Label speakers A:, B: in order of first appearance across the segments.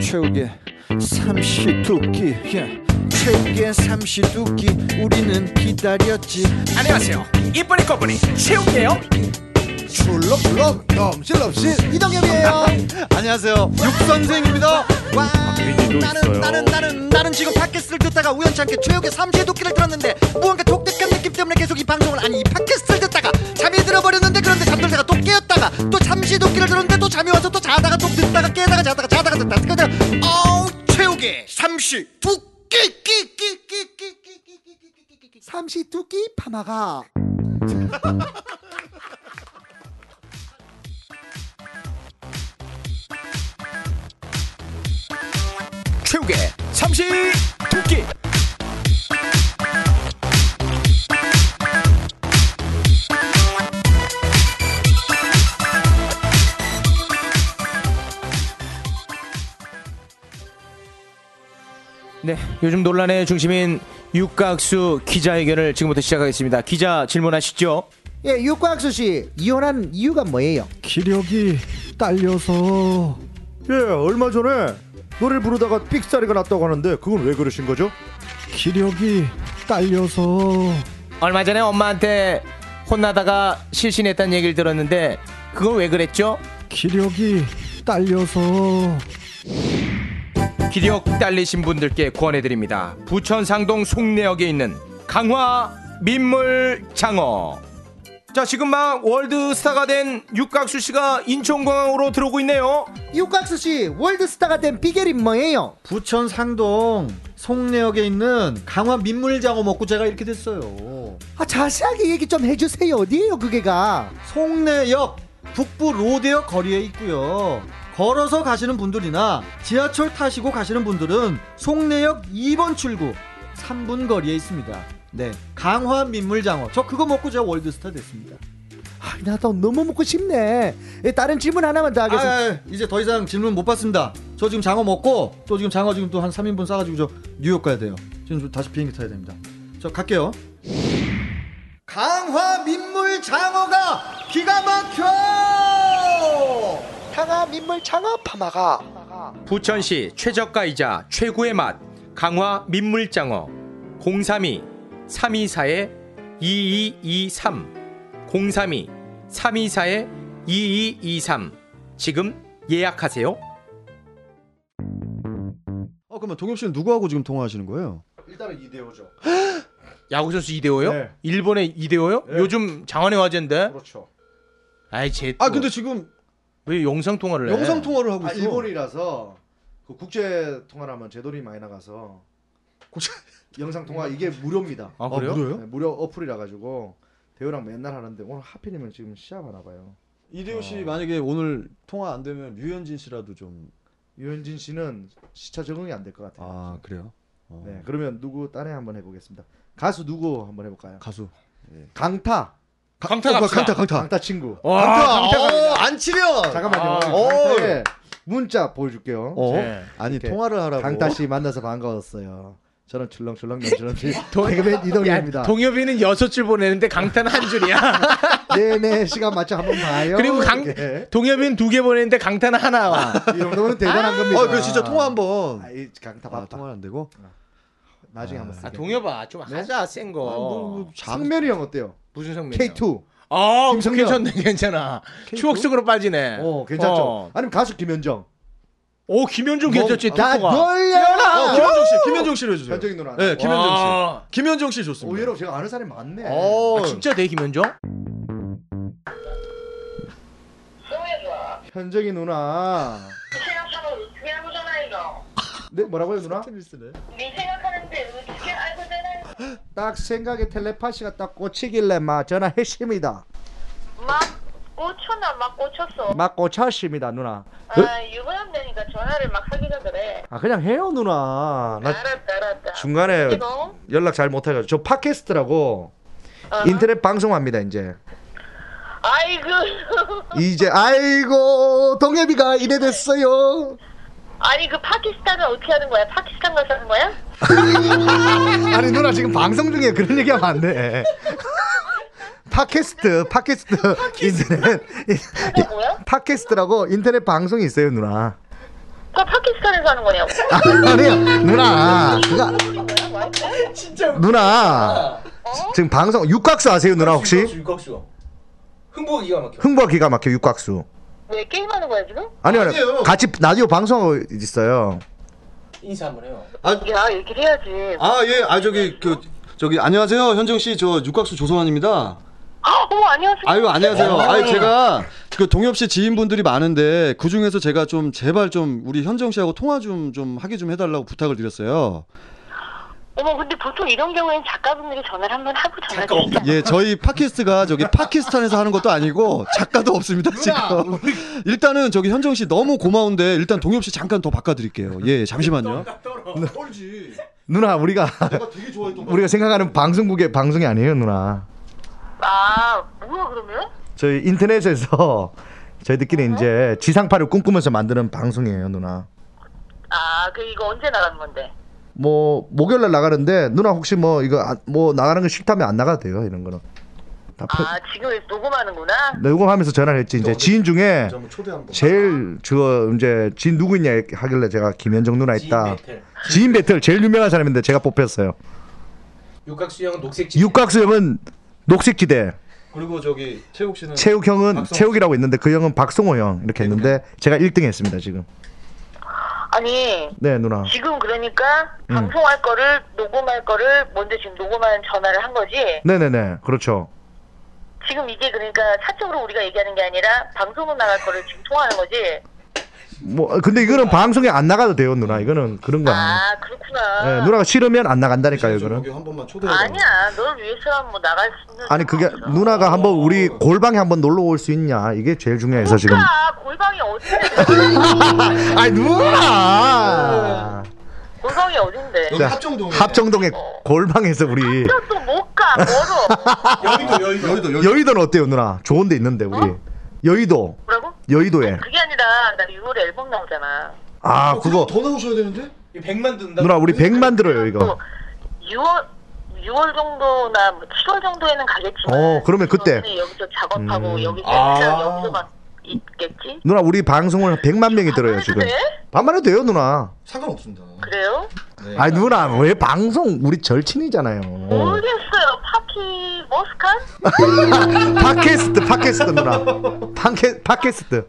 A: 최후의 삼시두끼 예. 최후의 삼시두끼 우리는 기다렸지
B: 안녕하세요. 이쁜이 꺼분이 채우게요.
C: 출렁출렁 넘실넘실 이동엽이에요
A: 안녕하세요 육선생입니다
C: 와
D: 비디도
C: 나는
D: 있어요.
C: 나는 나는 나는 지금 팟캐스트를 듣다가 우연찮게 최욱의 삼시의 도끼를 들었는데 무언가 독특한 느낌 때문에 계속 이 방송을 아니 이 팟캐스트를 듣다가 잠이 들어버렸는데 그런데 잠들다가 또 깨었다가 또 삼시의 도끼를 들었는데 또 잠이 와서 또 자다가 또 듣다가 깨다가 자다가 자다가 듣다가 그냥 어우 최욱의 삼시 도끼 끼끼끼끼끼끼끼끼끼끼끼끼끼끼 삼시 도끼 파마가
B: 최욱의 삼시 두끼.
E: 네, 요즘 논란의 중심인 육각수 기자회견을 지금부터 시작하겠습니다. 기자 질문하시죠.
C: 예 육과학수 씨 이혼한 이유가 뭐예요?
F: 기력이 딸려서
D: 예, 얼마 전에 노래 부르다가 삑사리가 났다고 하는데 그건 왜 그러신 거죠?
F: 기력이 딸려서
E: 얼마 전에 엄마한테 혼나다가 실신했다는 얘기를 들었는데 그건 왜 그랬죠?
F: 기력이 딸려서
E: 기력 딸리신 분들께 구원해드립니다. 부천 상동 송내역에 있는 강화 민물 장어. 자, 지금 막 월드스타가 된 육각수 씨가 인천공항으로 들어오고 있네요.
C: 육각수 씨 월드스타가 된 비결이 뭐예요?
G: 부천 상동 송내역에 있는 강화 민물장어 먹고 제가 이렇게 됐어요.
C: 아 자세하게 얘기 좀 해주세요. 어디예요 그게가?
G: 송내역 북부 로데역 거리에 있고요. 걸어서 가시는 분들이나 지하철 타시고 가시는 분들은 송내역 2번 출구 3분 거리에 있습니다. 네, 강화 민물장어. 저 그거 먹고 제가 월드스타 됐습니다.
C: 아, 나도 너무 먹고 싶네. 예, 다른 질문 하나만 더
G: 아,
C: 하겠습니다.
G: 아, 이제 더 이상 질문 못 받습니다. 저 지금 장어 먹고 또 지금 장어 지금 또 한 3인분 싸가지고 저 뉴욕 가야 돼요. 지금 좀 다시 비행기 타야 됩니다. 저 갈게요. 강화 민물 장어가 기가 막혀!
C: 탕아 민물 창어 파마가.
E: 부천시 최저가이자 최고의 맛 강화 민물장어 032 324의 2223 032 324의 2223 지금 예약하세요.
D: 어, 그러면 동엽 씨는 누구하고 지금 통화하시는 거예요?
E: 야구 선수 이대호요?
D: 네.
E: 일본의 이대호요?
D: 네.
E: 요즘 장안의 화제인데.
D: 그렇죠.
E: 아이 제.
D: 아, 근데 지금
E: 왜 영상 통화를 해?
D: 영상 통화를 하고
G: 아,
D: 있어. 일본이라서 그 국제 통화를 하면 제 돈이 많이 나가서 국제 영상 통화 이게 무료입니다.
E: 아, 그래요?
D: 네, 무료 어플이라 가지고 대우랑 맨날 하는데 오늘 하필이면 지금 시합 하나 봐요.
G: 이대호 씨 만약에 오늘 통화 안 되면 류현진 씨라도 좀.
D: 유현진 씨는 시차 적응이 안 될 것 같아요.
G: 아, 그래요? 어.
D: 네, 그러면 누구 딴에 한번 해보겠습니다. 가수 누구 한번 해볼까요? 네.
G: 가수.
D: 강타,
E: 강타 갑시다.
G: 강타, 강타.
D: 강타 친구.
E: 와,
D: 강타, 강타.
G: 어, 안 치면!
D: 잠깐만요.
E: 아.
D: 강타의 문자 보여줄게요.
G: 어?
E: 네.
G: 아니,
D: 이렇게
G: 통화를 하라고.
D: 강타 씨 만나서 반가웠어요. 저는 출렁출렁 넘치는지 개그맨 이동입니다.
E: 동엽이는 여섯 줄 보내는데 강타는 한 줄이야.
D: 네네 시간 맞춰 한번 봐요.
E: 그리고 강
D: 이렇게.
E: 동엽이는 두 개 보내는데 강타는 하나 와.
D: 이 정도면 대단한 겁니다.
G: 아, 그 진짜 통화 한 번.
D: 아, 이 강타
G: 아,
D: 바빠.
G: 통화 안 되고.
D: 나중에 한번 쓸게.
E: 아 동엽아 좀
D: 네?
E: 하자 센 거.
D: 뭐, 상면이 형 어때요?
E: 무슨 성명?
D: K2.
E: 아
D: 김성면.
E: 괜찮네 괜찮아. 추억 속으로 빠지네.
D: 어 괜찮죠.
E: 어.
D: 아니면 가수 김현정.
E: 오 김현종 괜찮지. 가
D: 나 놀려라.
G: 어, 김현정 씨, 김현정 씨로 해주세요.
D: 현정이 아. 누나.
G: 네, 김현정 씨.
E: 와.
G: 김현정 씨 좋습니다.
D: 의외로 제가 아는 사람이 많네.
G: 어,
D: 예.
E: 아, 진짜 돼 김현종?
D: 현정이 누나.
H: 그 생각하면 어떻게 알고잖아요.
D: 네 뭐라고요 누나?
H: 네 생각하는데 어떻게 알고잖아요.
D: 딱 생각에 텔레파시가 딱 꽂히길래 마 전화했습니다.
H: 막 꽂혔나 막 꽂혔어.
D: 막 꽂혔습니다 누나.
G: 네?
D: 어?
H: 아 유부남되니까 전화를 막 하기가 그래.
D: 아 그냥 해요 누나. 나
G: 아,
H: 알았다 알았다.
D: 중간에
H: 지금
D: 연락 잘 못해가지고 저 팟캐스트라고
H: 어.
D: 인터넷 방송합니다 이제.
H: 아이고
D: 이제 아이고 동엽이가 이래 됐어요.
H: 아니 그 파키스탄은 어떻게 하는 거야? 파키스탄 가서 하는 거야?
D: 아니 누나 지금 방송 중에 그런 얘기하면 안 돼. 팟캐스트, 팟캐스트, 인터넷,
H: 그거 뭐야?
D: 예. 팟캐스트라고 인터넷 방송이 있어요 누나.
H: 오빠 파키스탄에서 하는 거냐고.
D: 아니요 누나 그거
I: 진짜
D: 누나 지금 방송 육각수 아세요 누나 혹시
I: 육각수 흥보 기가 막혀
D: 흥부가 기가 막혀 육각수
H: 왜 게임하는 거야 지금?
D: 아니요 아니,
C: 아니에요.
D: 같이 라디오 방송하고 있어요
I: 인사 한번 해요
H: 야 얘기를 해야지.
G: 아 예 아 저기 그 저기 안녕하세요 현정 씨 저 육각수 조성환입니다.
H: 아, 어머 안녕하세요.
G: 아유 안녕하세요. 아유 제가 그 동엽 씨 지인분들이 많은데 그 중에서 제가 좀 제발 좀 우리 현정 씨하고 통화 좀 좀 하게 좀 해달라고 부탁을 드렸어요.
H: 어머 근데 보통 이런 경우에는 작가분들이 전화를 한번 하고 전화를 드리죠.
D: 어,
G: 예 저희 팟캐스트가 저기 파키스탄에서 하는 것도 아니고 작가도 없습니다 지금. 일단은 저기 현정 씨 너무 고마운데 일단 동엽 씨 잠깐 더 바꿔드릴게요. 예 잠시만요. 네.
C: 꼴지.
D: 누나 우리가
C: 내가 되게 좋아했던 거.
D: 우리가 생각하는 방송국의 방송이 아니에요 누나
H: 아 뭐야 그러면?
D: 저희 인터넷에서 저희들끼리 이제 지상파를 꿈꾸면서 만드는 방송이에요 누나
H: 아그 이거 언제 나간 건데?
D: 뭐 목요일날 나가는데 누나 혹시 뭐 이거 아- 뭐 나가는 거 싫다면 안 나가도 돼요 이런 거는 다 표...
H: 아 지금 녹음하는구나.
D: 네, 녹음하면서 전화를 했지 이제 지인 중에 제일 저 이제 지인 누구 있냐 하길래 제가 김현정 누나 있다 지인 배틀 제일 유명한 사람인데 제가 뽑혔어요
I: 육각수 형은 녹색 집
D: 육각수 형은 녹색지대
G: 그리고 저기 최욱 씨는 네, 그렇죠.
D: 채욱 형은
G: 박성호.
D: 채욱이라고 있는데 그 형은 박성호 형 이렇게 했는데 제가 1등 했습니다 지금
H: 아니
D: 네 누나
H: 지금 그러니까
D: 음.
H: 방송할 거를 녹음할 거를 먼저 지금 녹음하는 전화를 한 거지.
D: 네네네 그렇죠
H: 지금 이게 그러니까 사적으로 우리가 얘기하는 게 아니라 방송으로 나갈 거를 지금 통화하는 거지.
D: 네. 뭐 근데 이거는 방송에 안 나가도 돼요 누나 이거는 그런 거 아니에요
H: 아 그렇구나.
D: 네, 누나가 싫으면 안 나간다니까요 이거는
G: 저기 한 번만 초대해.
H: 아니야, 널 위해서야 뭐 나갈 수 있는.
D: 아니 그게
H: 상황이죠.
D: 누나가 한번 우리 골방에 한번 놀러 올 수 있냐 이게 제일 중요해서 지금
H: 그러니까 골방이 어딘데?
D: 아이 누나
H: 골방이 어딘데?
D: 자,
G: 합정동에.
D: 네. 합정동의 골방에서 우리
H: 또 못 가, 멀어.
G: 여기도 여기도 여기도 어?
D: 여의도는 어때요 누나 좋은 데 있는데 우리 여의도
H: 뭐라고?
D: 여의도에
H: 그게 아니라 나 6월에 앨범 나오잖아.
G: 어,
D: 아 그거
G: 더 나오셔야 되는데.
I: 100만 든다
D: 누나
G: 그
D: 우리 100만 들어요 이거
H: 또 6월 6월 뭐 정도나 뭐 7월 정도에는 가겠지만.
D: 어, 그러면 그때. 음.
H: 지금은 여기서 작업하고 여기서 여기서 막 있겠지.
D: 누나 우리 방송을 100만 명이 들어요
H: 해도
D: 지금
H: 돼?
D: 반말해도 돼요 누나
G: 상관없습니다.
H: 그래요?
I: 네.
D: 아이 누나 왜 방송 우리 절친이잖아요
H: 모르겠어요. 파키 머스칸?
D: 팟캐스트 팟캐스트 누나 팟캐, 팟캐스트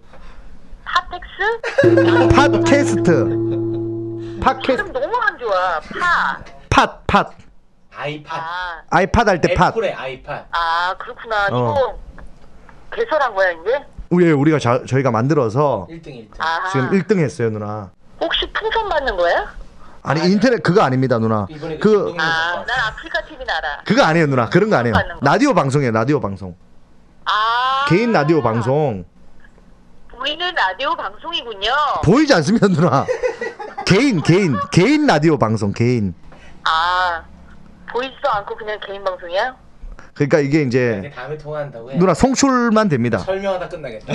H: 파텍스?
D: 음. 팟캐스트 팟캐스트
H: 지금 어, 너무 안 좋아. 파.
D: 팟팟
I: 아이팟
H: 아.
D: 아이팟 할 때 팟.
I: 애플의 아이팟
H: 아
D: 어.
H: 그렇구나 이거 개설한 거야 이제?
D: 우리 우리가 자, 저희가 만들어서
I: 1등 1등
H: 아
D: 지금 1등 했어요 누나.
H: 혹시 풍선 받는 거야?
D: 아니 네. 인터넷 그거 아닙니다 누나.
I: 이번에 그
D: 그
I: 운동용
H: 아
I: 바꿔.
H: 난 아프리카 TV 나라
D: 그거 아니에요 누나. 그런 거 아니에요. 네.
H: 받는 거.
D: 라디오 방송이에요 라디오 방송.
H: 아
D: 개인 라디오 방송
H: 보이는 라디오 방송이군요
D: 보이지 않습니다 누나. 개인 개인 개인 라디오 방송 개인.
H: 아 보이지도 않고 그냥 개인 방송이야?
D: 그러니까 이게 이제
I: 근데 다음에 통화한다고 해
D: 누나 송출만 됩니다.
I: 설명하다 끝나겠다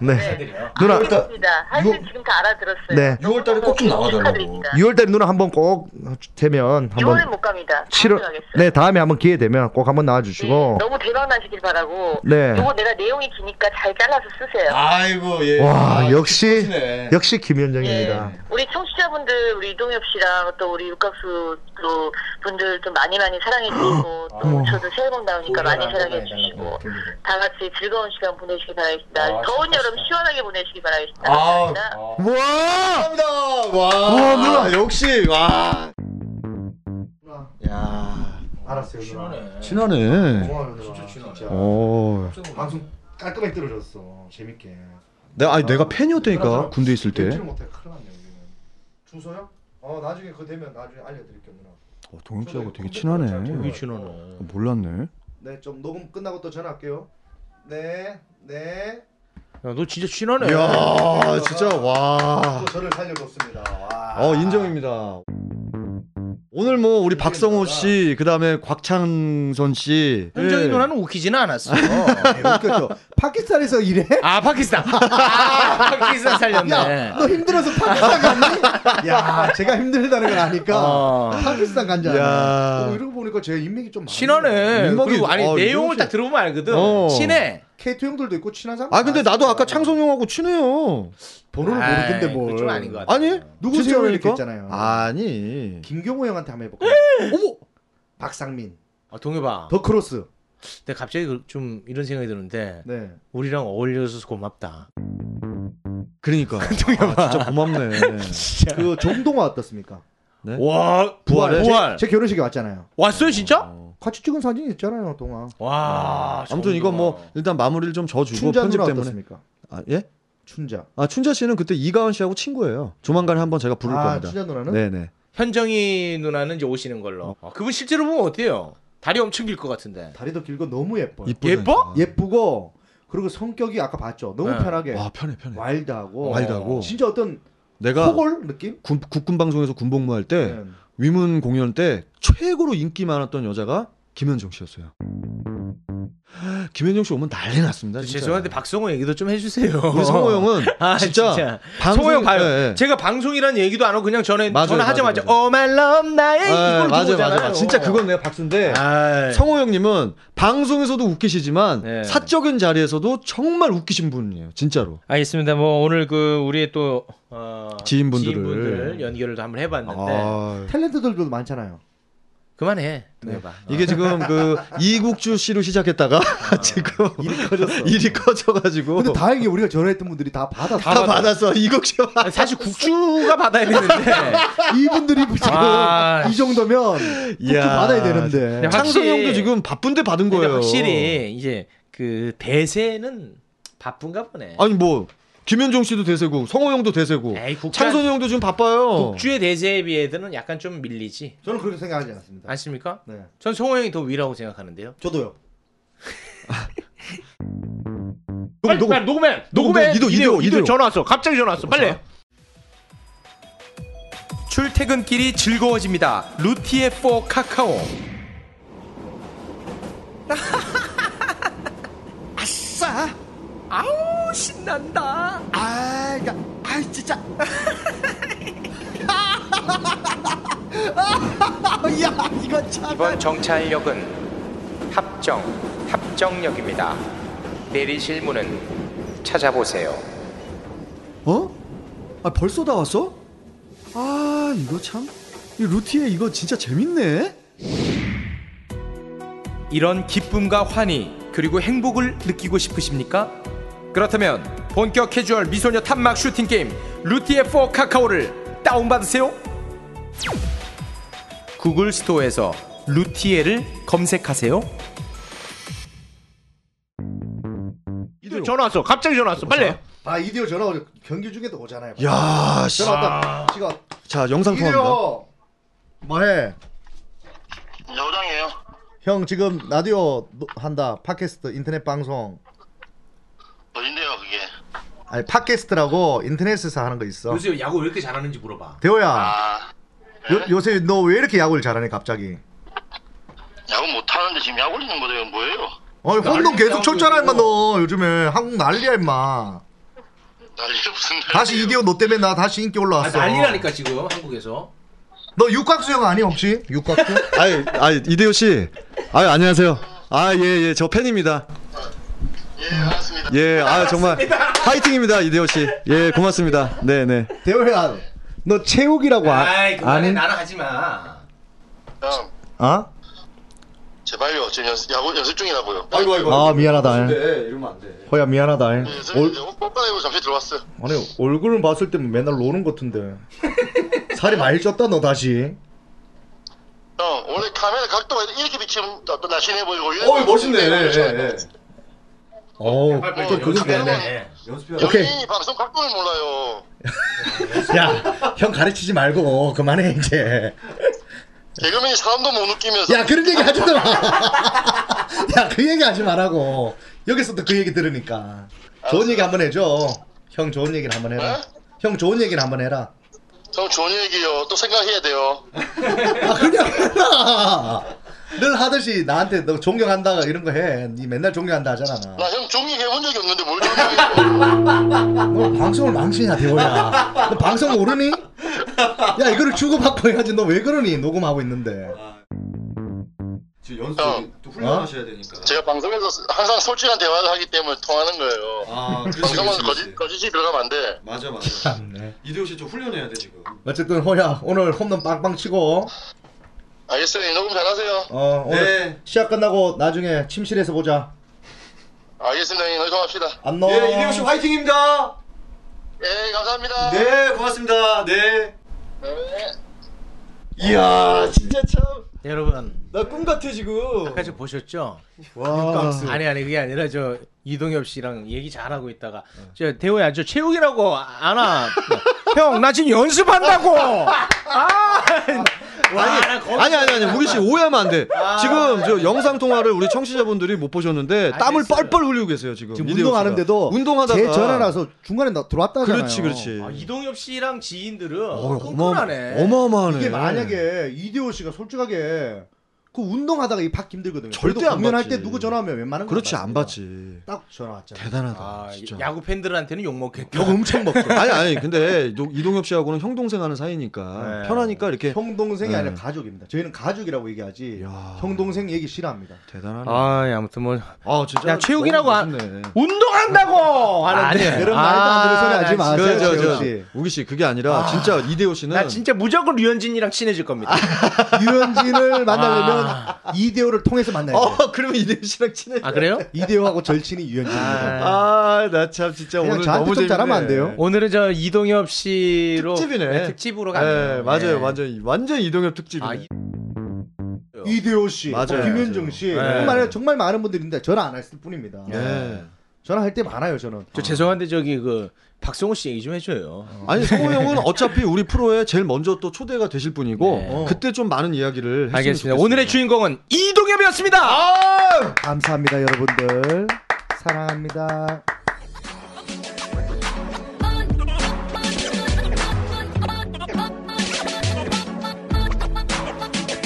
D: 네.
I: 해드려
D: 누나
C: 아,
H: 알겠습니다 하여튼 지금 다 알아드렸어요
D: 네.
G: 6월달에 꼭 좀 나와달라고.
D: 6월달에 누나 한번 꼭 되면
H: 6월은
C: 뭐
D: 한번
H: 못 갑니다 다음에
D: 7월
H: 가겠어요.
D: 네 다음에 한번 기회 되면 꼭 한번
H: 네,
D: 나와주시고
H: 너무 대박 나시길 바라고
D: 네.
H: 이거 내가 내용이 기니까 잘 잘라서 쓰세요
G: 아이고 예.
D: 와
G: 아,
D: 역시
G: 좋으시네.
D: 역시 김현정입니다.
H: 예. 우리 청취자분들 우리 이동엽 씨랑 또 우리 육각수 또 분들 좀 많이 많이 사랑해 주시고 또 저도 새 앨범 나오니까 많이
I: 아,
H: 사랑해
D: 네,
H: 주시고 다 같이 즐거운 시간 보내시기 바라겠습니다. 더운 여름 시원하게 보내시기 바라겠습니다.
D: 아,
H: 감사합니다.
D: 와
G: 감사합니다. 와.
D: 와, 누나.
G: 역시 와. 야.
C: 예.
G: 아,
C: 알았어요. 누나.
G: 친하네.
C: 고마워요 누나. 진짜.
G: 어.
C: 방송 깔끔하게 들어줬어. 재밌게.
D: 그러니까
G: 내가 아니 내가 팬이었다니까 군대 있을 때.
C: 지 못해 큰일 났네 우리는. 주소요? 어 나중에 그거 되면 나중에 알려드릴게요 누나.
G: 어, 동엽 씨하고 되게 친하네.
C: 친하네.
G: 몰랐네.
C: 네좀 녹음 끝나고 또 전화할게요. 네 네.
I: 야너 진짜 친하네
G: 야 진짜 와.
C: 또 저를 살려줬습니다. 와.
G: 어 인정입니다. 오늘 뭐 우리 박성호 씨 그다음에 곽창선 씨
I: 현정이
G: 예.
I: 누나는 웃기지는 않았어
C: 웃겼죠.
J: 파키스탄에서 일해?
E: 아 파키스탄. 아, 파키스탄 살렸네.
J: 야, 너 힘들어서 파키스탄 갔니? 야, 제가 힘들다는 걸 아니까
E: 어.
J: 파키스탄 간 줄
D: 어,
J: 알아.
D: 이러고 보니까 제 인맥이 좀 많네.
E: 친하네.
G: 민망해.
E: 그리고 아니
G: 아,
E: 내용을
G: 민망해.
E: 딱 들어보면 알거든.
G: 어.
E: 친해.
D: K2 형들도 있고 친한 사람.
G: 아 근데 나도
D: 많습니다.
G: 아까 창성 형하고 친해요.
J: 번호를 모르던데 뭘?
E: 아이, 네, 그건 좀 아닌 것 같아.
G: 아니
D: 누구세요?
G: 진짜라니까? 그러니까?
D: 이렇게 했잖아요.
G: 아니
D: 김경호 형한테 한번 해볼까?
G: 어머
D: 박상민,
E: 아, 동해봐.
D: 더 크로스.
E: 근데 갑자기 그- 좀 이런 생각이 드는데
D: 네.
E: 우리랑 어울려서 고맙다.
G: 그러니까 아, 진짜 고맙네.
D: 그 정동화 어떻습니까?
G: 네?
E: 와 부활. 부활.
D: 제, 제 결혼식에 왔잖아요.
E: 왔어요 진짜?
D: 같이 찍은 사진 있잖아요, 동화.
E: 와.
G: 아무튼 이건 뭐 일단 마무리를 좀 져주고
D: 춘자
G: 편집
D: 누나
G: 때문에
D: 어떻습니까?
G: 아 예?
D: 춘자.
G: 아 춘자 씨는 그때 이가은 씨하고 친구예요. 조만간 한번 제가 부를
D: 아,
G: 겁니다.
D: 춘자 누나는?
G: 네네.
E: 현정이 누나는 이제 오시는 걸로. 어, 그분 실제로 보면 어때요? 다리 엄청 길 것 같은데.
D: 다리도 길고 너무 예뻐요.
G: 이쁘다니까.
E: 예뻐?
D: 예쁘고 그리고 성격이 아까 아, 봤죠. 너무
E: 네.
D: 편하게.
G: 와 편해 편해.
D: 와일드하고.
G: 와일드하고.
D: 진짜 어떤
G: 내가
D: 포골 느낌?
G: 군, 국군 방송에서 군복무 할 때
D: 네.
G: 위문 공연 때 최고로 인기 많았던 여자가 김현정 씨였어요. 김현정 씨 오면 난리 났습니다. 진짜.
E: 죄송한데 박성호 얘기도 좀 해주세요.
G: 우리 성호 형은
E: 아,
G: 진짜,
E: 진짜.
G: 방송-
E: 성호 형 봐요.
G: 예, 예.
E: 제가 방송이라는 얘기도 안 하고 그냥 전에
G: 맞아요,
E: 전화하자마자
G: 맞아요, 맞아요.
E: Oh my love 나의
G: 아, 맞아
E: 이걸 들고
G: 맞아
E: 오잖아요. 어.
G: 맞아. 진짜 그건 내가 박수인데
E: 아이.
G: 성호 형님은 방송에서도 웃기시지만
E: 네.
G: 사적인 자리에서도 정말 웃기신 분이에요. 진짜로.
E: 알겠습니다. 뭐 오늘 그 우리의 또 어,
G: 지인분들을.
E: 지인분들 연결을 한번 해봤는데
G: 아,
D: 탤런트들도 많잖아요.
E: 그만해. 해봐.
G: 네.
E: 어.
G: 이게 지금 그 이국주 씨로 시작했다가
E: 아.
G: 지금
D: 그 일이 커졌어.
G: 일이 커져가지고
D: 근데 다행히 우리가 전화했던 분들이 다 받았어.
G: 다 받았어 이국주.
E: 아, 사실 국주가 받아야 되는데
D: 이분들이 지금
E: 아.
D: 이 정도면 꼭
G: 이야.
D: 좀 받아야 되는데.
E: 근데
G: 창성
E: 확실히-
G: 형도 지금 바쁜데 받은
E: 근데
G: 거예요.
E: 확실히 이제 그 대세는 바쁜가 보네.
G: 아니 뭐 김현종 씨도 대세고 성호 형도 대세고
E: 에이, 국가-
G: 창선이 형도 지금 바빠요.
E: 국주의 대세에 비해서는 약간 좀 밀리지
D: 저는 그렇게 생각하지 않습니다.
E: 않습니까?
D: 네.
E: 전 성호 형이 더 위라고 생각하는데요.
D: 저도요.
E: 빨리 녹음, 빨리 녹음해 녹음해
G: 이도,
E: 이대호,
G: 이대호,
E: 이대호
G: 이대호.
E: 전화 왔어 갑자기 전화 왔어 빨리 출퇴근길이 즐거워집니다 루티의 4 카카오
K: 아싸
E: 아우 신난다
K: 아이가
D: 그러니까,
K: 아이 진짜 야 이거 참
E: 이번 정찰역은 합정 합정역입니다 내리실 문은 찾아보세요
G: 어? 아 벌써 다 왔어? 아 이거 참. 이 루티에 이거 진짜 재밌네.
E: 이런 기쁨과 환희 그리고 행복을 느끼고 싶으십니까? 그렇다면 본격 캐주얼 미소녀 탐막 슈팅 게임 루티의 4 카카오를 다운받으세요. 구글 스토어에서 루티에를 검색하세요. 전화 왔어. 갑자기 전화 왔어. 빨리.
D: 아 이디오 전화 오죠. 경기 중에도 오잖아요.
G: 야, 씨. 아,
D: 전화 왔다. 지금
G: 자 영상 통합니다.
D: 이디오.
J: 뭐해?
L: 여장이에요.
D: 형 지금 라디오 노- 한다. 팟캐스트 인터넷 방송.
L: 어딘데요 그게?
D: 아니 팟캐스트라고 인터넷에서 하는 거 있어.
E: 요새 야구 왜 이렇게 잘하는지 물어봐.
D: 대호야
L: 아
D: 요, 요새 너 왜 이렇게 야구를 잘하니 갑자기?
L: 야구 못 하는데 지금 야구 리는 거예요 뭐예요?
D: 어 홈런 계속
E: 야구예요.
D: 쳤잖아 임마 너 요즘에 한국 난리야 임마.
L: 난리가 무슨 난리?
D: 다시 이디오 너 때문에 나 다시 인기 올라왔어.
E: 아, 난리라니까 지금 한국에서.
D: 너 육각수 형 아니 혹시? 육각수?
G: 아이, 아이 이대호 씨. 아 안녕하세요. 아 예 예 저 팬입니다.
L: 예 알았습니다.
G: 예 아 정말 파이팅입니다 이대호 씨. 예 고맙습니다. 네네.
D: 대호야 너 체육이라고
E: 아이 그만해
D: 아니?
E: 나랑 하지 마.
L: 형
D: 아?
L: 제발요 지금 연습, 야구 연습 중이라고요.
D: 아 미안하다.
G: 이러면 안 돼.
D: 호야 미안하다.
L: 연습
D: 올,
L: 야구 뽑아내고 잠시 들어왔어.
D: 아니 얼굴은 봤을 때면 맨날 노는 것 같은데 살이 많이 쪘다 너 다시
L: 형 원래 카메라 각도가 이렇게 비치면 또 날씬해 보이고.
G: 어이, 멋있네. 예, 예.
D: 어
L: 또 그거
E: 네
D: 오케이.
L: 그렇죠? 연예인이 방송 각도를 몰라요.
J: 야형 가르치지 말고 그만해 이제.
L: 개그맨이 사람도 못 느끼면서.
J: 야 그런 얘기 하지 마. 야그 얘기 하지 말라고. 여기서도 그 얘기 들으니까 좋은 얘기 한번 해줘. 형 좋은 얘기를 한번 해라. 형 좋은 얘기를 한번 해라.
L: 형 좋은 얘기요. 또 생각해야 돼요.
J: 아 그냥 해라.
D: 늘 하듯이 나한테 너 존경한다 이런 거 해. 니 맨날 존경한다 하잖아. 나.
L: 나 형 종이 해본 적이 없는데 뭘
D: 너 방송을 망치냐 대호야. 너 방송 모르니? 야 이거를 주고받고 해야지. 너 왜 그러니? 녹음하고 있는데.
L: 지금 연습 또
D: 훈련하셔야
L: 되니까. 제가 방송에서 항상 솔직한 대화를 하기 때문에 통하는 거예요.
M: 아, 그렇지,
L: 방송은
M: 그렇지,
L: 거짓 거짓이 들어가면 안 돼.
M: 맞아 맞아. 이대호 씨 좀 훈련해야 돼 지금.
D: 어쨌든 호야 오늘 홈런 빵빵 치고
L: 알겠어요. 녹음 잘하세요.
D: 어 오늘
M: 네.
D: 시합 끝나고 나중에 침실에서 보자.
L: 알겠습니다. 형님. 활동합시다.
N: 어.
D: 안녕.
M: 예, 이대호 씨 화이팅입니다.
L: 예, 감사합니다.
M: 네, 고맙습니다. 네. 이야, 진짜 참.
E: 여러분
M: 나 꿈 같아 지금.
E: 아까 저 보셨죠?
M: 육각수.
E: 아니 아니 그게 아니라 저 이동엽 씨랑 얘기 잘 하고 있다가 저 대호야 저 체육이라고 안아 형 나 지금 연습한다고 아
N: 아니 아니 아니 우리 씨 오해하면 안 돼. 지금 저 영상 통화를 우리 청취자분들이 못 보셨는데 땀을 뻘뻘 흘리고 계세요 지금.
C: 지금
N: 이대호 씨가.
C: 운동하는데도
N: 운동하다가
C: 제 전화라서 중간에 나 들어왔다잖아요.
N: 그렇지, 그렇지. 아,
E: 이동엽 씨랑 지인들은
C: 끈끈하네.
N: 어마어마하네.
C: 이게 만약에 이대호 씨가 솔직하게 그 운동하다가 이 받기 힘들거든요.
N: 절대
C: 그래도
N: 안
C: 공연할
N: 받지.
C: 때 누구 전화하면 웬만한 거
N: 그렇지
C: 받습니다.
N: 안 받지.
C: 딱 전화 왔잖아.
N: 대단하다.
E: 아, 야구 팬들한테는 욕 먹겠다
N: 욕 엄청 먹죠. 아니 아니 근데 노- 이동엽 씨하고는 형 동생 하는 사이니까
C: 네.
N: 편하니까 이렇게
C: 형 동생이
N: 네.
C: 아니라 가족입니다. 저희는 가족이라고 얘기하지 형 동생 얘기 싫어합니다.
N: 대단하네.
E: 아, 아무튼 뭐.
N: 아, 진짜.
E: 야, 체육이라고 안-
M: 운동한다고
E: 하는데.
N: 아니,
E: 그런 말도 안 되는 소리 하지
N: 아,
E: 마세요,
N: 그, 저,
E: 재호
N: 저,
E: 씨.
N: 우기 씨 그게 아니라
E: 아.
N: 진짜 이대호 씨는
E: 나 진짜 무조건 류현진이랑 친해질 겁니다.
C: 유현진을 만나려면 이대호를 통해서 만나야 돼.
N: 아. 어, 그러면 이대호 씨랑 친해.
E: 아, 네. 그래요?
C: 이대호하고 절친이 유현진입니다.
N: 아, 나 참 진짜
C: 그냥
N: 오늘
C: 저한테 좀
N: 너무 재밌네.
C: 잘하면 안 돼요? 어,
E: 오늘은 저 이동엽 씨로
N: 특집이네.
E: 네, 특집으로 가네요.
N: 네, 맞아요.
E: 예. 아,
N: 완전 완전 이동엽 특집이네.
C: 이대호 씨, 어,
N: 맞아요.
C: 김현정 씨,
N: 맞아요.
C: 정말
N: 네.
C: 정말 많은 분들인데 전화 안 했을 뿐입니다.
N: 네.
C: 전화할 때 많아요 저는.
E: 저 죄송한데 저기 그 박성호 씨 얘기 좀 해줘요.
N: 아니 성호 형은 어차피 우리 프로에 제일 먼저 또 초대가 되실 분이고 어. 그때 좀 많은 이야기를 했으면
E: 네. 알겠습니다. 아!
N: 좋겠습니다.
E: 오늘의 주인공은 이동엽이었습니다.
C: 감사합니다 여러분들 사랑합니다.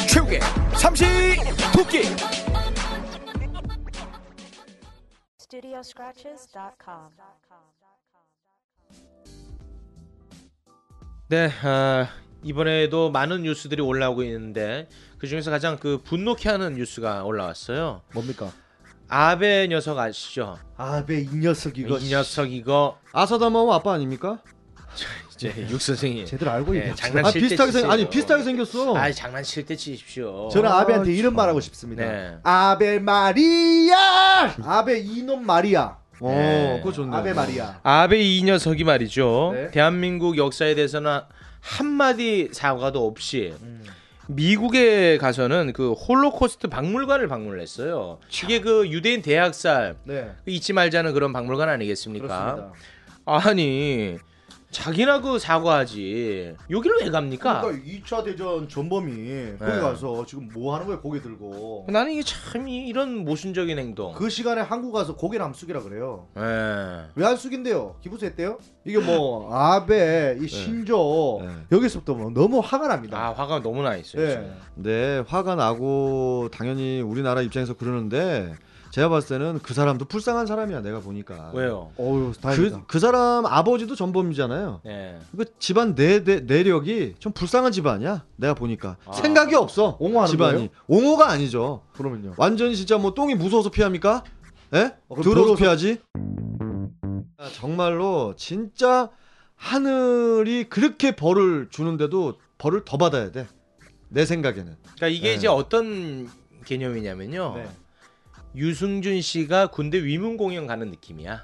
O: 최욱의 삼시 도끼.
I: studioscratches.com.
E: 네, 아, 이번에도 많은 뉴스들이 올라오고 있는데 그 중에서 가장 그 분노케 하는 뉴스가 올라왔어요.
C: 뭡니까?
E: 아베 녀석 아시죠?
C: 아베 이 녀석 이거.
E: 이 녀석 이거
N: 아사다마오 아빠 아닙니까?
E: 이제 육 선생님
C: 제대로 알고
E: 예,
C: 얘기해.
E: 장난칠
C: 아,
E: 때
C: 비슷하게 생-
E: 치세요.
C: 아니, 비슷하게
N: 생겼어.
E: 아 장난칠 때 치십시오.
C: 저는 아베한테 이런 말하고 싶습니다.
E: 네.
C: 아베 마리아, 아베 이놈 마리아.
E: 오, 네. 그거
N: 좋네.
C: 아베 마리아.
E: 아베 이 녀석이 말이죠.
C: 네.
E: 대한민국 역사에 대해서는 한 마디 사과도 없이 미국에 가서는 그 홀로코스트 박물관을 방문했어요. 이게 그 유대인 대학살
C: 네.
E: 그 잊지 말자는 그런 박물관 아니겠습니까? 아니 자기나 그 사과하지 여기를 왜 갑니까? 네.
C: 그러니까 2차 대전 전범이 거기 가서 지금 뭐 하는 거야 고개 들고.
E: 나는 이게 참 이- 이런 모순적인 행동.
C: 그 시간에 한국 가서 고개를 암숙이라 그래요.
E: 예.
C: 왜 암숙인데요? 기부세했대요? 이게 뭐 아베 이 신조 여기서부터 뭐 너무 화가 납니다.
E: 네. 아 그렇죠. 화가 너무 나 있어요. 지금.
N: 네, 화가 나고 당연히 우리나라 입장에서 그러는데 제가 봤을 때는 그 사람도 불쌍한 사람이야 내가 보니까.
E: 왜요?
C: 어유
N: 그, 그 사람 아버지도 전범이잖아요.
E: 예.
N: 그 집안 내, 내 내력이 좀 불쌍한 집안이야. 내가 보니까
E: 아.
N: 생각이 없어.
C: 옹호하는
N: 집안이
C: 거예요?
N: 옹호가 아니죠.
C: 그러면요. 어,
N: 완전히 진짜 뭐 똥이 무서워서 피합니까? 예?
C: 그럼
N: 더러워서
C: 더러워서-
N: 피하지? 아, 정말로 진짜 하늘이 그렇게 벌을 주는데도 벌을 더 받아야 돼. 내 생각에는.
E: 그러니까 이게
N: 네.
E: 이제 어떤 개념이냐면요.
N: 네.
E: 유승준 씨가 군대 위문 공연 가는 느낌이야.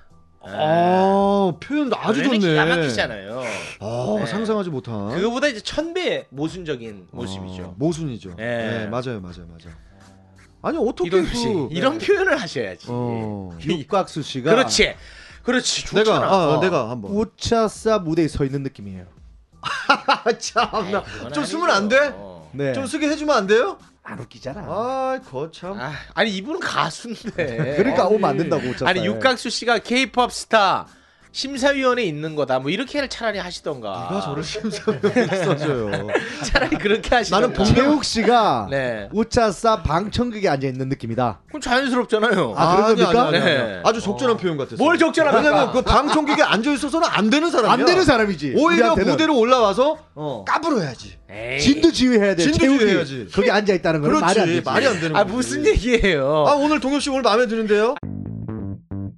N: 아, 표현 아주
E: 표현이
N: 좋네.
E: 네. 기가 막히잖아요.
N: 아,
E: 네.
N: 상상하지 못한.
E: 그거보다 이제 천배 모순적인 모습이죠.
N: 어, 모순이죠.
E: 예.
N: 네. 맞아요, 맞아요, 맞아요. 아니 어떻게
E: 이런
N: 그-
E: 씨, 이런 표현을 하셔야지.
N: 어.
E: 그러니까
C: 육각수 씨가
E: 그렇지. 그렇지. 좋잖아. 어.
C: 우차사 무대에 서 있는 느낌이에요.
N: 참나.
E: 그건
N: 좀 쓰면 안 돼?
C: 네.
N: 좀 쓰게 해주면 안 돼요?
C: 안 웃기잖아.
N: 아, 거참.
E: 아, 니 이분은 가수인데.
C: 네. 그러니까 오면 안 된다고, 우차사에.
E: 아니 육각수 씨가 K-팝 스타 심사위원회 있는 거다. 뭐 이렇게를 차라리 하시던가.
N: 누가 저를
E: 네.
N: 심사위원에 써줘요.
E: 차라리 그렇게 하시던가.
C: 나는 봉배욱 네.
N: 아.
C: 씨가
E: 네.
C: 우차싸 방청객에 앉아 있는 느낌입니다.
E: 그럼 자연스럽잖아요. 네.
C: 아, 그런 겁니까?
N: 아주 적절한 표현 같았어요.
E: 뭘 적절합니까?
N: 왜냐면 그 방청객에 앉아 있어서는 안 되는 사람이야.
C: 안 되는 사람이지,
N: 오히려
C: 예, 우리한테는.
N: 무대로 올라와서 까불어야지.
C: 진도 지휘해야 돼.
N: 진도
C: 태욱이
N: 지휘해야지.
C: 거기 앉아 있다는 건
N: 그렇지,
C: 말이 안 되지.
N: 말이 안 되는 아, 거지.
E: 무슨 얘기예요?
N: 아 오늘 동엽 씨 오늘 마음에 드는데요?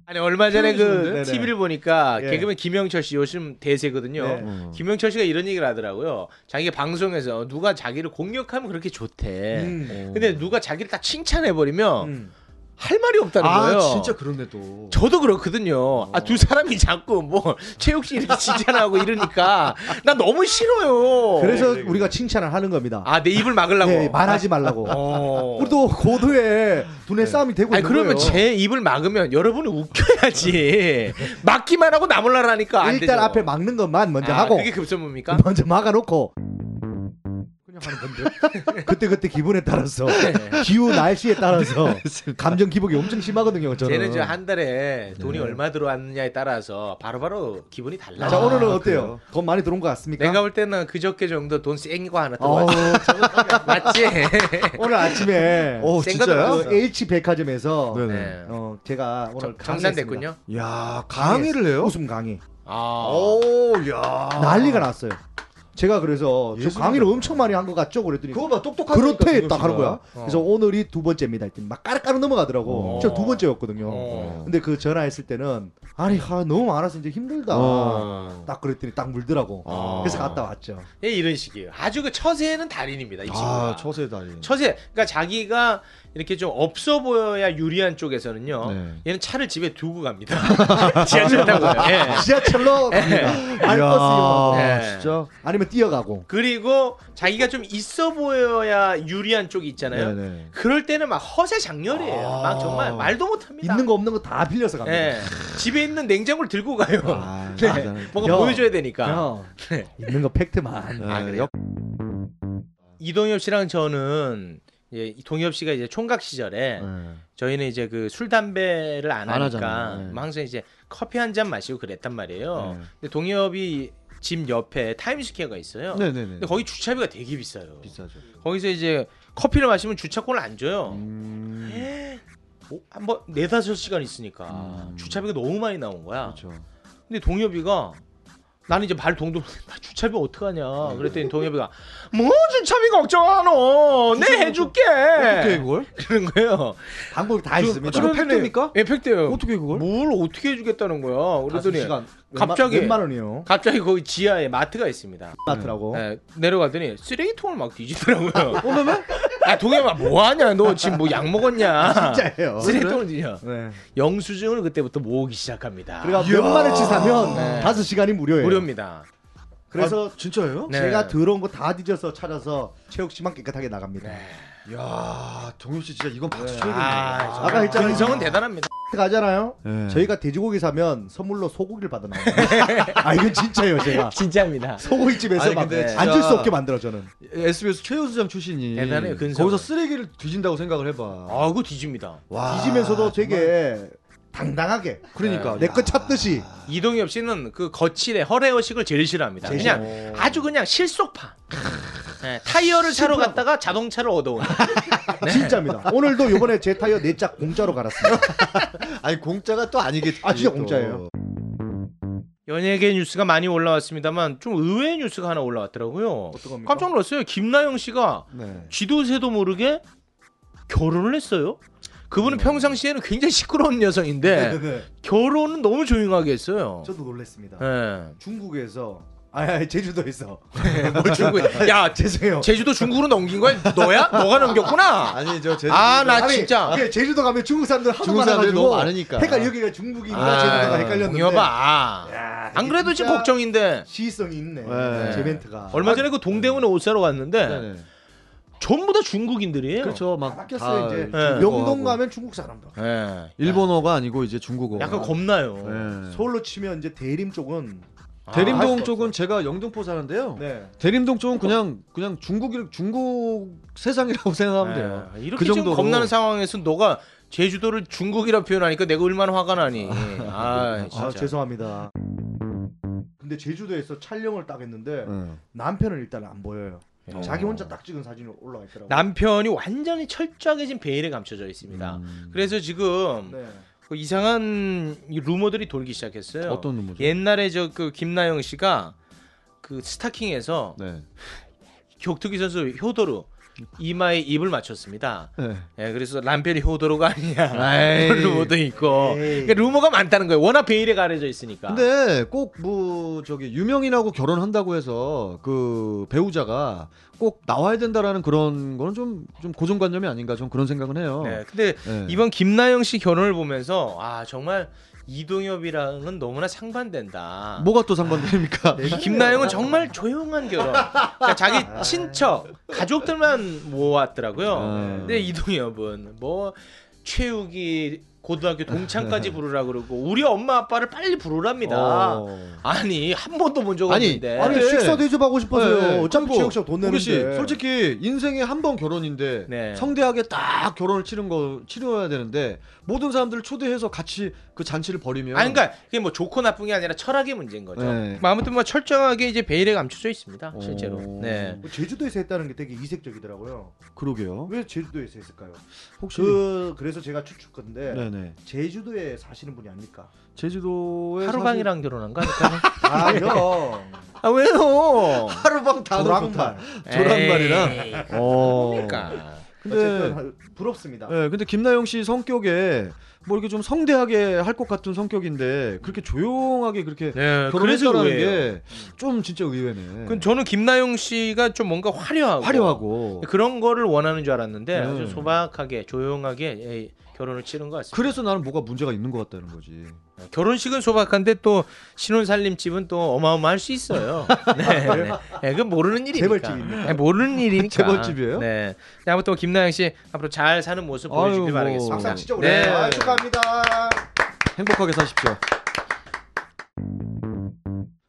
E: 아니 얼마 전에
N: 틀어주는데?
E: 그
N: 네네.
E: TV를 보니까
N: 예.
E: 개그맨 김영철 씨 요즘 대세거든요.
N: 네.
E: 김영철 씨가 이런 얘기를 하더라고요. 자기가 방송에서 누가 자기를 공격하면 그렇게
C: 네.
E: 좋대.
N: 음.
E: 근데 누가 자기를 다 칭찬해 버리면 할 말이 없다는
N: 아
E: 거예요.
N: 진짜 그렇네 또.
E: 저도 그렇거든요. 아 두 사람이 자꾸 뭐 최욱 씨 이렇게 칭찬하고 이러니까 나 너무 싫어요.
N: 네,
C: 그래서 우리가 칭찬을 하는 겁니다.
E: 아 내 입을 막으려고
C: 네, 말하지 말라고.
N: 아,
E: 어. 네.
C: 우리도 고도의 분의 싸움이 되고
E: 아니
C: 있는
E: 그러면
C: 거예요.
E: 제 입을 막으면 여러분이 웃겨야지 막기만 하고 나몰라라니까 안
C: 음. 일단
E: 되죠.
C: 앞에 막는 것만 먼저
E: 아,
C: 하고 음.
E: 그게 급선무입니까?
C: 먼저 막아놓고 그때 그때 기분에 따라서
E: 네.
C: 기후 날씨에 따라서 감정 기복이 엄청 심하거든요. 저는.
E: 쟤는 저 한 달에 돈이 얼마 들어왔느냐에 따라서 바로바로 기분이 달라.
C: 네. 자 오늘은 어때요? 돈 많이 들어온 것 같습니까?
E: 아, 내가 볼 때는 그저께 정도 돈 쌩거 하나
C: 어, 네.
E: 들어왔어. 맞지?
C: 오늘 아침에
N: 어,
E: 오,
C: 생각-
E: 진짜요?
C: 그 H 백화점에서
E: 네네.
C: 어, 제가 오늘
E: 정- 정산됐군요?
C: 야
E: 강의를
C: 해요? 웃음 강의.
E: 아.
N: 오야
C: 난리가 났어요. 제가 그래서 저
N: 예술이다.
C: 강의를 엄청 많이 한 것 같죠? 그랬더니
N: 그거 봐, 똑똑하다니까,
C: 그렇대
N: 김경수가.
C: 딱 하는 거야.
N: 어.
C: 그래서 오늘이 두 번째입니다. 했더니 막 까르까르 넘어가더라고.
N: 어.
C: 저 두 번째였거든요.
E: 어.
C: 근데 그 전화했을 때는 아니 아, 너무 많아서 이제 힘들다.
E: 어.
C: 딱 그랬더니 딱 물더라고.
E: 어.
C: 그래서 갔다 왔죠.
E: 예, 이런 식이에요. 아주 그 처세는 달인입니다. 이
C: 아,
E: 친구가.
N: 아, 처세 달인.
E: 처세. 그러니까 자기가 이렇게 좀 없어 보여야 유리한 쪽에서는요.
C: 네.
E: 얘는 차를 집에 두고 갑니다. 지하철 타고요. 예.
C: 지하철로 갑니다. 아니
E: 이야,
C: 버스요.
E: 예.
C: 진짜. 아니면 뛰어가고.
E: 그리고 자기가 좀 있어 보여야 유리한 쪽이 있잖아요.
C: 네네. 아.
E: 그럴 때는 막 허세 장렬이에요. 막 정말 말도 못합니다.
C: 있는 거 없는 거 다 빌려서 갑니다.
E: 예. 집에 있는 냉장고를 들고 가요. 네.
C: 대단하다.
E: 뭔가
C: 아. 야.
E: 보여줘야 되니까.
C: 야.
E: 네.
C: 있는 거 팩트만.
E: 아, 그래요? 이동엽 씨랑 저는 이제 이 동엽 씨가 이제 총각 시절에 저희는 이제 그 술 담배를 안,
N: 네. 안
E: 하니까
N: 하잖아요. 네.
E: 뭐 항상 이제 커피 한 잔 마시고 그랬단 말이에요. 근데 동엽이 집 옆에 타임스퀘어가 있어요.
N: 네네네.
E: 근데 거기 주차비가 되게 비싸요. 비싸죠. 거기서 이제 커피를 마시면 주차권을 안 줘요. 음. 에? 오, 한번 네다섯 시간 있으니까 주차비가 너무 많이 나온 거야. 근데 동엽이가 나는 이제 말 동동 나 주차비 어떡하냐 그랬더니 동엽이가 뭐 주차비 걱정하노 내 해줄게
N: 어떻게 해, 그걸?
E: 그런 거예요
C: 네. 방법이 다 있습니다.
E: 그
C: 그거 팩트입니까?
E: 예 팩트예요 어떻게 그걸? 뭘 어떻게 해주겠다는 거야 그러더니
C: 다섯 시간.
E: 갑자기 네.
C: 웬만- 웬만 원이요?
E: 갑자기 거기 지하에 마트가 있습니다
C: 마트라고?
E: 예, 내려가더니 쓰레기통을 막 뒤지더라고요 어머머? 아 동엽아 뭐하냐 너 지금 뭐 약 먹었냐
C: 아, 진짜예요. 어,
E: 쓰레기통을 뒤져
C: 네.
E: 영수증을 그때부터 모으기 시작합니다
C: 그러니까 몇 만을 치 사면
E: 네.
C: 다섯 시간이 무료예요.
E: 무료입니다
C: 그래서
N: 진짜예요?
C: 제가 들어온 거 다 뒤져서 찾아서 체육 씨만 깨끗하게 나갑니다. 네.
N: 야 동엽 씨 진짜 이건 박수 쳐야
E: 아,
C: 아까 했잖아요.
E: 근성은 대단합니다.
C: 가잖아요.
N: 네.
C: 저희가 돼지고기 사면 선물로 소고기를 받아 나와요. 아 이건 진짜예요, 제가.
E: 진짜입니다.
C: 소고기집에서 막 앉을 수 없게 만들어 저는.
N: SBS 최우수장 출신이
C: 대단해요, 근성은.
N: 거기서 쓰레기를 뒤진다고 생각을 해봐.
E: 아 그거 뒤집니다.
C: 뒤지면서도 되게 당당하게. 네.
E: 그러니까.
C: 내거 찾듯이.
E: 이동엽 씨는 그 거칠의 허례허식을 제일 싫어합니다.
C: 제일 아,
E: 그냥 아주 그냥 실속파. 네, 타이어를 사러 갔다가 자동차를 얻어온. 네.
C: 진짜입니다. 오늘도 요번에 제 타이어 네 짝 공짜로 갈았습니다.
N: 아니 공짜가 또 아니겠지.
C: 아 진짜
E: 또.
C: 공짜예요.
E: 연예계 뉴스가 많이 올라왔습니다만 좀 의외의 뉴스가 하나 올라왔더라고요. 깜짝 놀랐어요. 김나영 씨가 지도새도 모르게 결혼을 했어요. 그분은 평상시에는 굉장히 시끄러운 여성인데
C: 음. 네네네.
E: 결혼은 너무 조용하게 했어요.
C: 저도 놀랐습니다.
E: 예.
C: 중국에서 아, 아 제주도에서
E: 뭘 네. 뭐 중국? 야
C: 죄송해요.
E: 제주도 중국으로 넘긴 거야? 너야? 너가 넘겼구나.
N: 아니 저
C: 제주도-
E: 아 나
C: 아니,
E: 진짜.
C: 그게 예, 제주도 가면 중국 사람들 하도
E: 중국 사람들이
C: 많아가지고
E: 너무 많으니까.
C: 헷갈 여기가 중국인가
E: 아,
C: 그러니까 제주도가 헷갈렸는데.
E: 동엽아. 안 그래도 지금
C: 진짜 아,
E: 걱정인데.
C: 시의성이 있네.
E: 네.
C: 제 멘트가.
E: 얼마 전에 그 동대문에 옷 사러 갔는데
C: 네,
E: 전부 다 중국인들이에요.
N: 그렇죠. 막
C: 바뀌었어요 이제.
E: 예.
C: 명동 가면 중국 사람들.
E: 예.
N: 일본어가 아니고 이제 중국어.
E: 약간 겁나요.
C: 네.
N: 예.
C: 서울로 치면 이제 대림 쪽은
N: 대림동
C: 아,
N: 쪽은 제가 영등포 사는데요.
C: 네.
N: 대림동 쪽은 그냥 그냥 중국이 중국 세상이라고 생각하면
C: 네.
N: 돼요.
E: 예.
C: 그
E: 이렇게 지금 겁나는 상황에서 너가 제주도를 중국이라 표현하니까 내가 얼마나 화가 나니. 아,
C: 아, 네. 죄송합니다. 근데 제주도에서 촬영을 딱 했는데
G: 네.
C: 남편은 일단 안 보여요.
E: 어.
C: 자기 혼자 딱 찍은 사진이 올라와 있더라고요.
E: 남편이 완전히 철저하게 지금 베일에 감춰져 있습니다.
C: 음.
E: 그래서
C: 네.
E: 지금 그 이상한 이 루머들이 돌기 시작했어요.
G: 어떤 루머죠?
E: 옛날에 저 그 김나영 씨가 그 스타킹에서
G: 네.
E: 격투기 선수 효도로 이마에 입을 맞췄습니다.
G: 네.
E: 예, 그래서 남편이 효도로가 아니냐
G: 에이.
E: 그런 루머도 있고 그러니까 루머가 많다는 거예요. 워낙 베일에 가려져 있으니까.
G: 근데 꼭 뭐 저기 유명인하고 결혼한다고 해서 그 배우자가 꼭 나와야 된다라는 그런 거는 좀 좀 고정관념이 아닌가 좀 그런 생각은 해요.
E: 네, 근데
G: 네.
E: 이번 김나영 씨 결혼을 보면서 아 정말 이동엽이랑은 너무나 상반된다.
G: 뭐가 또
C: 아.
G: 상관됩니까?
E: 이 네. 김나영은 정말 조용한 결혼. 그러니까 자기
G: 아.
E: 친척 가족들만 모았더라고요. 근데 이동엽은 뭐 최욱이 고등학교 동창까지 부르라 그러고 우리 엄마 아빠를 빨리 부르랍니다.
G: 네. 어.
E: 아니 한 번도 본 적
G: 아니,
E: 없는데.
G: 아니,
C: 네.
G: 식사
C: 대접하고
G: 싶어서요. 어차피
E: 그리고
G: 지역적 돈 내는데.
C: 네. 뭐
G: 솔직히 인생에 한 번 결혼인데
E: 네.
G: 성대하게 딱 결혼을 치른 거 치러야 되는데 모든 사람들을 초대해서 같이 그 잔치를 벌이면
E: 아니 그러니까 그게 뭐 좋고 나쁜 게 아니라 철학의 문제인 거죠.
G: 네. 어.
E: 뭐 아무튼 뭐 철저하게 이제 베일에 감춰져 있습니다. 실제로. 네.
C: 제주도에서 했다는 게 되게 이색적이더라고요.
G: 그러게요.
C: 왜 제주도에서 했을까요?
G: 혹시-
C: 그 그래서 제가 추측 건데
G: 네네.
C: 제주도에 사시는 분이 아닙니까?
G: 제주도에
E: 하루방이랑 결혼한 거 아닐까요?
C: 아
G: 네.
C: 형.
E: 아 왜요?
G: 하루방
C: 다 조랑말.
G: 조랑말이랑. 어.
E: 그러니까.
C: 어쨌든 부럽습니다.
G: 예,
N: 네,
G: 근데 김나영 씨 성격에 뭐 이렇게 좀 성대하게 할 것 같은 성격인데 그렇게 조용하게 그렇게
E: 네, 그래서 의외예요.
G: 결혼했다는 게 좀 진짜 의외네.
E: 그 저는 김나영 씨가 좀 뭔가 화려하고
C: 뭐.
G: 화려하고.
E: 그런 거를 원하는 줄 알았는데
G: 네.
E: 아주 소박하게 조용하게 예, 결혼을 치른 것 같습니다.
G: 그래서 나는 뭐가 문제가 있는 것 같다는 거지.
E: 결혼식은 소박한데 또 신혼살림집은 또 어마어마할 수 있어요. 네, 네. 네, 그건 모르는 일이니까.
G: 재벌집입니까?
E: 네, 모르는 일이니까.
G: 재벌집이에요?
E: 네. 네, 아무튼 뭐 김나영 씨 앞으로 잘 사는 모습 보여주길
G: 아유, 뭐.
E: 바라겠습니다.
G: 박수 한번 치죠, 우리.
E: 네.
G: 아유,
C: 축하합니다.
G: 행복하게 사십시오.
C: 아,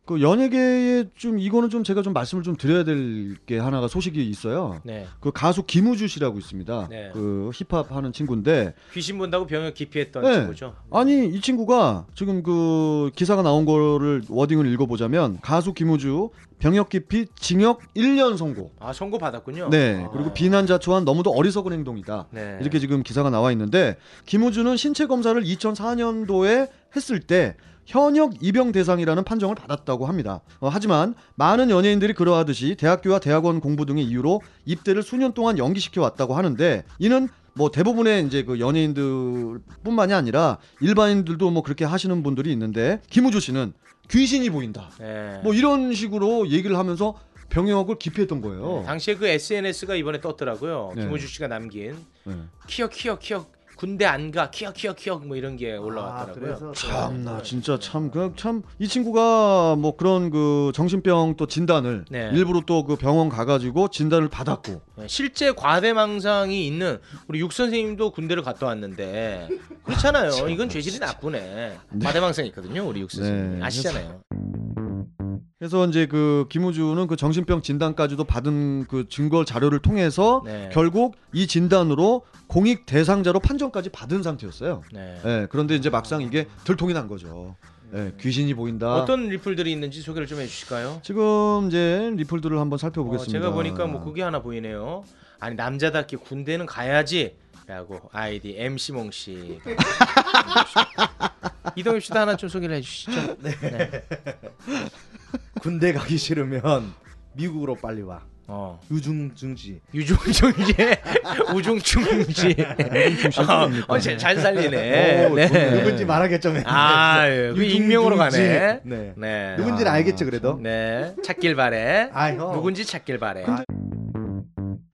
G: 그 연예계에 좀 이거는 좀 제가 좀 말씀을 좀 드려야 될 게 하나가 소식이 있어요.
E: 네.
G: 그 가수 김우주 씨라고 있습니다.
E: 네.
G: 그 힙합 하는 친구인데
E: 귀신 본다고 병역 기피했던
G: 네.
E: 친구죠.
G: 아니 이 친구가 지금 그 기사가 나온 거를 워딩을 읽어보자면 가수 김우주 병역 기피 징역 1년 선고.
E: 아 선고 받았군요.
G: 네.
E: 아.
G: 그리고 비난 자초한 너무도 어리석은 행동이다.
E: 네.
G: 이렇게 지금 기사가 나와 있는데 김우주는 신체 검사를 2004년도에 했을 때 현역 입영 대상이라는 판정을 받았다고 합니다. 어, 하지만 많은 연예인들이 그러하듯이 대학교와 대학원 공부 등의 이유로 입대를 수년 동안 연기시켜 왔다고 하는데 이는 뭐 대부분의 이제 그 연예인들뿐만이 아니라 일반인들도 뭐 그렇게 하시는 분들이 있는데 김우주 씨는 귀신이 보인다.
E: 네.
G: 뭐 이런 식으로 얘기를 하면서 병역을 기피했던 거예요.
E: 당시에 그 SNS가 이번에 떴더라고요.
G: 어. 네.
E: 김호주 씨가 남긴
G: 네.
E: 키역 키역 키역 군대 안 가 키역 키역 키역 뭐 이런 게 올라왔더라고요.
G: 참나
C: 네.
G: 진짜 참 그 참 이 친구가 뭐 그런 그 정신병 또 진단을
E: 네.
G: 일부러 또 그 병원 가가지고 진단을 받았고
E: 네, 실제 과대망상이 있는 우리 육 선생님도 군대를 갔다 왔는데 그렇잖아요. 이건 죄질이 나쁘네. 과대망상 이 있거든요, 우리 육 선생님
G: 네.
E: 아시잖아요.
G: 그래서 이제 그 김우주는 그 정신병 진단까지도 받은 그 증거 자료를 통해서
E: 네.
G: 결국 이 진단으로 공익 대상자로 판정까지 받은 상태였어요.
E: 네. 음.
G: 예, 그런데 이제 막상 이게 들통이 난 거죠. 예, 귀신이 보인다.
E: 어떤 리플들이 있는지 소개를 좀 해주실까요?
G: 지금 이제 리플들을 한번
E: 어,
G: 살펴보겠습니다.
E: 제가 보니까 뭐 그게 하나 보이네요. 아니 남자답게 군대는 가야지라고 아이디 MC 몽 씨. 이동엽 씨도 하나 좀 소개를 해주시죠. 네.
C: 군대 가기 싫으면 미국으로 빨리 와.
E: 어.
C: 유중중지.
E: 유중중지. 우중충지. 어, 잘, 잘 살리네.
C: 오,
E: 네.
C: 좋네. 누군지 말하겠죠. 맨날.
E: 아, 예. 그
C: 유중중지.
E: 익명으로 가네.
C: 네.
E: 네.
C: 누군지는
E: 아,
C: 알겠죠 그래도.
E: 네. 찾길 바래.
C: 아이, 형.
E: 누군지 찾길 바래.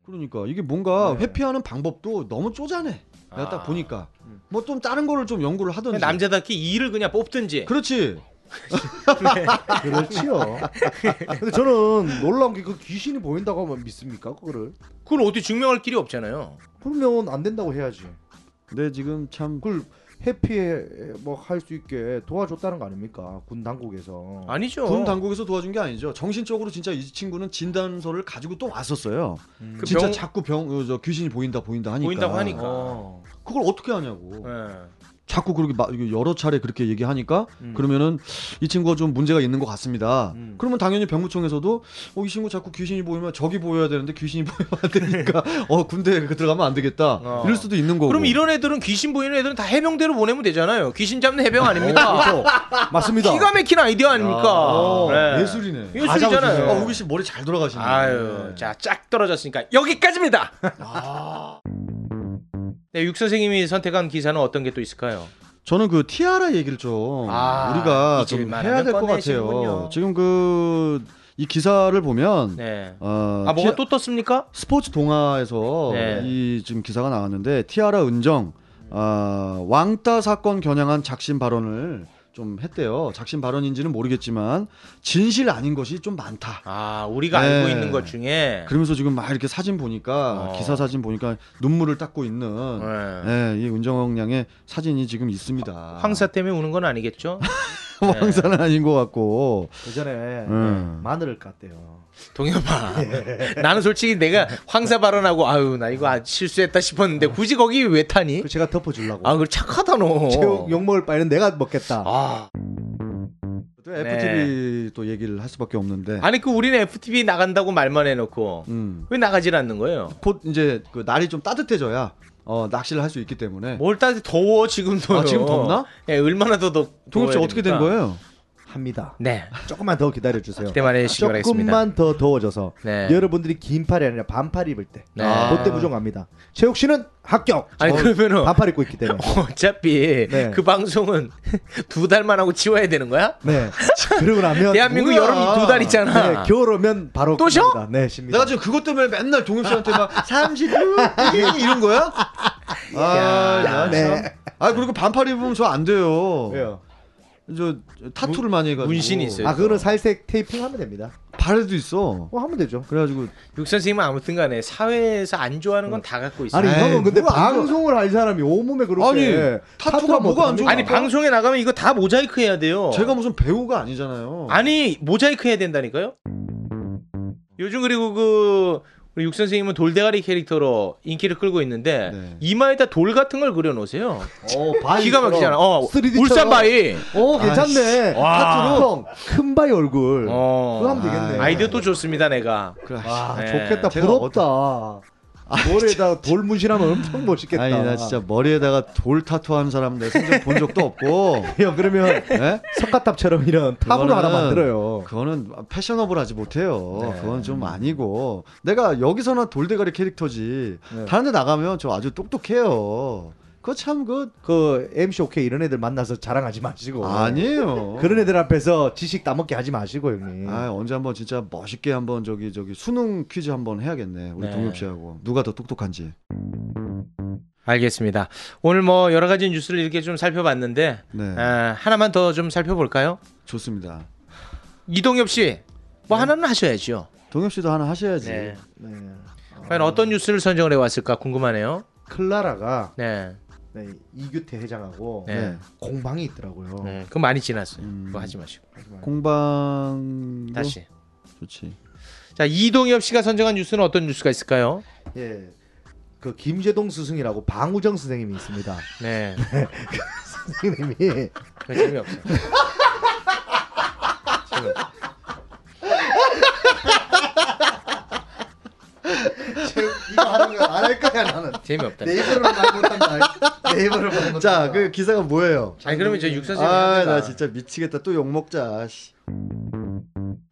G: 그러니까 이게 뭔가
E: 네.
G: 회피하는 방법도 너무 쪼잔해. 내가 딱 보니까 뭐 좀 다른 거를 좀 연구를 하던지
E: 아. 음. 남자답게 이를 그냥 뽑든지.
G: 그렇지.
C: 그렇지요. 근데 저는 놀라운 게 그 귀신이 보인다고 하면 믿습니까 그거를?
E: 그걸 어디 증명할 길이 없잖아요.
C: 그러면 안 된다고 해야지.
G: 근데 지금 참
C: 그걸 해피해 뭐 할 수 있게 도와줬다는 거 아닙니까 군 당국에서?
E: 아니죠.
G: 군 당국에서 도와준 게 아니죠. 정신적으로 진짜 이 친구는 진단서를 가지고 또 왔었어요.
E: 그
G: 진짜
E: 병-
G: 자꾸 병, 어, 저 귀신이 보인다 보인다 하니까. 네.
E: 보인다고 하니까.
N: 예.
E: 네.
G: 그걸 어떻게 하냐고.
N: 자꾸 그렇게 마- 이게 여러 차례 그렇게 얘기하니까
P: 음.
N: 그러면은 이 친구가 좀 문제가 있는 것 같습니다.
E: 음.
N: 그러면 당연히 병무청에서도 어, 이 친구 자꾸 귀신이 보이면 저기 보여야 되는데 귀신이 보이면 안 되니까 어 군대 에 들어가면 안 되겠다 이럴 수도 있는 거고.
E: 그럼 이런 애들은 귀신 보이는 애들은 다 해병대로 보내면 되잖아요. 귀신 잡는 해병
N: 어, 그렇죠.
E: 아닙니까?
N: 맞습니다.
E: 기가 막힌 아이디어 아닙니까?
N: 어,
E: 네.
N: 예술이네. 다
E: 예술이잖아요. 어,
N: 잡아주세요. 아, 우기 씨 머리 잘 돌아가시네.
E: 아유, 자쫙 떨어졌으니까 여기까지입니다.
N: 아.
E: 네, 육 선생님이 선택한 기사는 어떤 게 또 있을까요?
N: 저는 그 티아라 얘기를 좀
E: 아,
N: 우리가 좀
E: 잊을만
N: 해야
E: 하면
N: 될 것
E: 꺼내시는군요.
N: 같아요. 지금 그 이 기사를 보면
E: 네.
N: 어,
E: 아, 뭐가
N: 티아-
E: 또 떴습니까?
N: 스포츠 동아에서
E: 네.
N: 이 지금 기사가 나왔는데 티아라 은정 아, 왕따 사건 겨냥한 작심 발언을 좀 했대요. 작심 발언인지는 모르겠지만 진실 아닌 것이 좀 많다.
E: 아, 우리가
N: 네.
E: 알고 있는 것 중에
N: 그러면서 지금 막 이렇게 사진
G: 그러니까
N: 보니까
G: 어.
N: 기사 사진 보니까 눈물을 닦고 있는
G: 네.
E: 네.
N: 예, 이 은정 양의 사진이 지금 있습니다.
E: 황사 때문에 우는 건 아니겠죠? 네.
N: 황사는 아닌 것 같고
C: 예전에
N: 음.
C: 마늘을 깠대요.
E: 동엽아 나는 솔직히 내가 황사 발언하고 아유 나 이거 아, 실수했다 싶었는데 굳이 거기 왜 타니?
C: 제가 덮어주려고
E: 아 그걸 착하다 너
C: 제육 욕먹을 바에는 내가 먹겠다.
N: 또 FTV 또 얘기를 할 수밖에 없는데
E: 네. 아니 그 우리는 FTV 나간다고 말만 해놓고 왜 나가질 않는 거예요?
N: 곧
C: 네,
N: 이제 그 날이 좀 따뜻해져야 어, 낚시를 할 수 있기 때문에
E: 뭘 따뜻해 더워 지금도
N: 아, 지금 덥나?
E: 예 얼마나 더 덥?
N: 동엽 씨
E: 더워야
N: 어떻게 된
E: 됩니까?
N: 거예요?
C: 합니다.
E: 네.
C: 조금만 더 기다려 주세요.
E: 기대만 해주시기
C: 조금만
E: 바라겠습니다.
C: 더 더워져서
E: 네.
C: 여러분들이 긴 팔이 아니라 반팔 입을 때 아.
E: 네.
C: 그때 무조건 갑니다. 최욱 씨는 합격.
E: 아니,
C: 저는
E: 그러면은
C: 반팔 입고 있기 때문에.
E: 어차피
C: 네.
E: 그 방송은 두 달만 하고 지워야 되는 거야?
C: 네. 그러고 나면
E: 대한민국
C: 뭐야.
E: 여름이 두 달이잖아.
C: 네, 겨울 오면 바로
E: 또 쉬어?
C: 끝납니다. 네, 쉽니다.
N: 내가 지금 그것 때문에 맨날 동엽 씨한테 막 36이 이런 거야? 아, 나
C: 네.
N: 참. 아 그리고 반팔 입으면 저 안 돼요.
C: 왜요?
N: 저 타투를 많이 해가지고
C: 아, 그거는 살색 테이핑 하면 됩니다.
N: 발에도 있어.
C: 뭐 하면 되죠.
N: 그래가지고
E: 육 선생님은 아무튼간에 사회에서 안 좋아하는 건 다 갖고 있어요.
C: 뭐 아니 예, 형은 근데 방송을 할 사람이 온몸에
N: 네.
C: 그렇게 뭐
N: 뭐
E: 아니
C: 그러니까?
E: 방송에 나가면 이거 다 모자이크 해야 돼요.
N: 제가 무슨 배우가 아니잖아요.
E: 아니 모자이크 해야 된다니까요. 요즘 그리고 그 우리 육 선생님은 돌대가리 캐릭터로 인기를 끌고 있는데
C: 네.
E: 이마에다 돌 같은 걸 그려 놓으세요.
C: 어,
E: 기가 막히잖아. 어,
C: 3D
E: 울산 바위.
C: 오 괜찮네.
E: 아이씨. 와.
C: 타투로 큰 바위 얼굴.
E: 어.
C: 그거 하면 되겠네.
E: 아이디어 또 좋습니다, 내가.
C: 와
G: 아,
E: 네.
C: 좋겠다. 부럽다.
E: 아,
C: 머리에다 돌 문신하면 엄청 멋있겠다.
N: 아니 나 진짜 머리에다가 돌 타투한 사람 내 생전 본 적도 없고.
C: 형 그러면 석가탑처럼 네? 이런 탑으로 하나 만들어요.
N: 그거는 패셔너블 하지 못해요.
E: 네.
N: 그건 좀 아니고 내가 여기서나 돌대가리 캐릭터지.
E: 네.
N: 다른데 나가면 저 아주 똑똑해요. 그거 참그
C: 그 MC OK 이런 애들 만나서 자랑하지
E: 뭐.
C: 마시고
N: 아니에요.
C: 그런 애들 앞에서 지식 따먹게 하지 마시고 형님.
N: 아 언제 한번 진짜 멋있게 한번 저기 저기 수능 퀴즈 한번 해야겠네. 우리
E: 네.
N: 동엽 씨하고 누가 더 똑똑한지.
E: 알겠습니다. 오늘 뭐 여러 가지 뉴스를 이렇게 좀 살펴봤는데
N: 네.
E: 아, 하나만 더 좀 살펴볼까요?
N: 좋습니다.
E: 이동엽 씨,
C: 네.
E: 뭐 하나는 하셔야죠.
N: 동엽 씨도 하나 하셔야지.
E: 네. 과연 어떤 뉴스를 선정을 해왔을까 궁금하네요.
C: 클라라가
E: 네.
C: 네, 이규태 회장하고
E: 네.
C: 공방이 있더라고요.
E: 네, 그건 많이 지났어요. 그거 하지 마시고.
N: 공방
E: 다시.
N: 좋지.
E: 자 이동엽 씨가 선정한 뉴스는 어떤 뉴스가 있을까요?
C: 예. 그 김재동 스승이라고 방우정 선생님이 있습니다.
E: 네.
C: 그 선생님이
E: 그 재미없어.
Q: 이거 하는 거안 할 거야 나는.
E: 재미없다.
Q: 네이버로 말 못한다. 네이버로 말 못한다.
N: 자, 그 기사가 뭐예요?
E: 아니, 그러면 이제 육 선생님이
N: 아,
E: 합니다.
N: 나 진짜 미치겠다. 또 욕 먹자. 씨.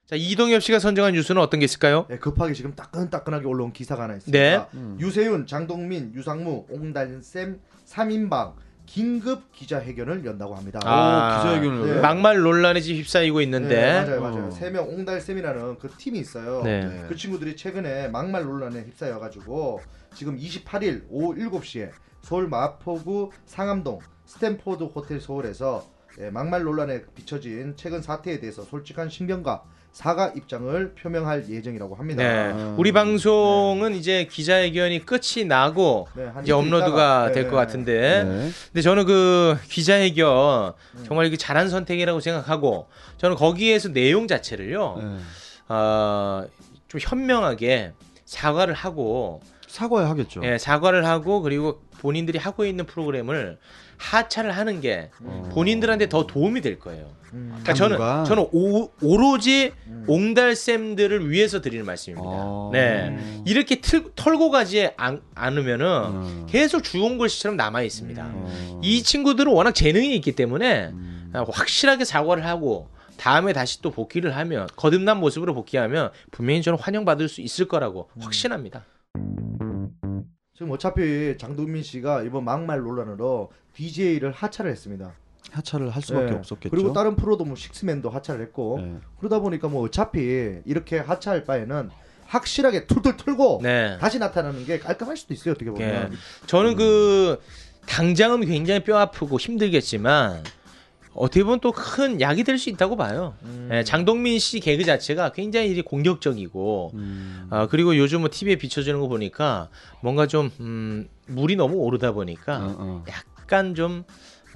E: 자 이동엽 씨가 선정한 뉴스는 어떤 게 있을까요?
C: 네, 급하게 지금 따끈따끈하게 올라온 기사가 하나 있습니다.
E: 네.
C: 유세윤, 장동민, 유상무, 옹달샘 3인방 긴급 기자회견을 연다고 합니다.
E: 아,
G: 아,
C: 네.
E: 막말 논란에 지금 휩싸이고 있는데. 음.
C: 네, 맞아요, 맞아요. 세명 옹달샘이라는 그 팀이 있어요.
E: 네.
C: 그 친구들이 최근에 막말 논란에 휩싸여가지고 지금 28일 오후 7시에 서울 마포구 상암동 스탠포드 호텔 서울에서 예, 막말 논란에 비춰진 최근 사태에 대해서 솔직한 신경과 사과 입장을 표명할 예정이라고 합니다.
E: 네.
C: 아.
E: 우리 방송은 이제 기자회견이 끝이 나고
C: 네, 한
E: 이제
C: 이틀
E: 업로드가
C: 있다가.
E: 될 것
C: 네,
E: 같은데.
C: 네.
E: 근데 저는 그 기자회견
C: 음.
E: 정말 이게 잘한 선택이라고 생각하고 저는 거기에서 내용 자체를요.
R: 네.
E: 어, 좀 현명하게 사과를 하고
N: 사과해 하겠죠.
E: 예, 사과를 하고 그리고 본인들이 하고 있는 프로그램을 하차를 하는 게그 본인들한테 더 도움이 될 거예요.
C: 음,
E: 그러니까 저는
R: 어. 당분간?
E: 저는 오, 오로지 옹달샘들을 위해서 드리는 말씀입니다.
R: 아.
E: 네 이렇게 틀, 털고 가지 않, 않으면은
N: 음. 어.
E: 계속 주운 글씨처럼 남아 있습니다. 이 친구들은 워낙 재능이 있기 때문에 아, 확실하게 사과를 하고 다음에 다시 또 복귀를 하면 거듭난 모습으로 복귀하면 분명히 저는 환영받을 수 있을 거라고 확신합니다.
C: 지금 어차피 장동민 씨가 이번 막말 논란으로 DJ를 하차를 했습니다.
N: 하차를 할 수밖에
C: 네.
N: 없었겠죠. 네.
C: 그리고 다른 프로도 뭐 식스맨도 하차를 했고 그러다 보니까 뭐 어차피 이렇게 하차할 바에는 확실하게 툴툴 털고
E: 네.
C: 다시 나타나는 게 깔끔할 수도 있어요 어떻게
E: 예.
C: 보면.
N: 네.
E: 저는 그 당장은 굉장히 뼈 아프고 힘들겠지만 어떻게 보면 또 큰 약이 될 수 있다고 봐요.
C: 음.
N: 음. 네.
E: 예, 장동민 씨 개그 자체가 굉장히 이제 공격적이고
N: 음.
E: 아, 그리고 요즘 뭐 TV에 비춰지는 거 보니까 뭔가 좀 음, 물이 너무 오르다 보니까
N: 어.
E: 약간 좀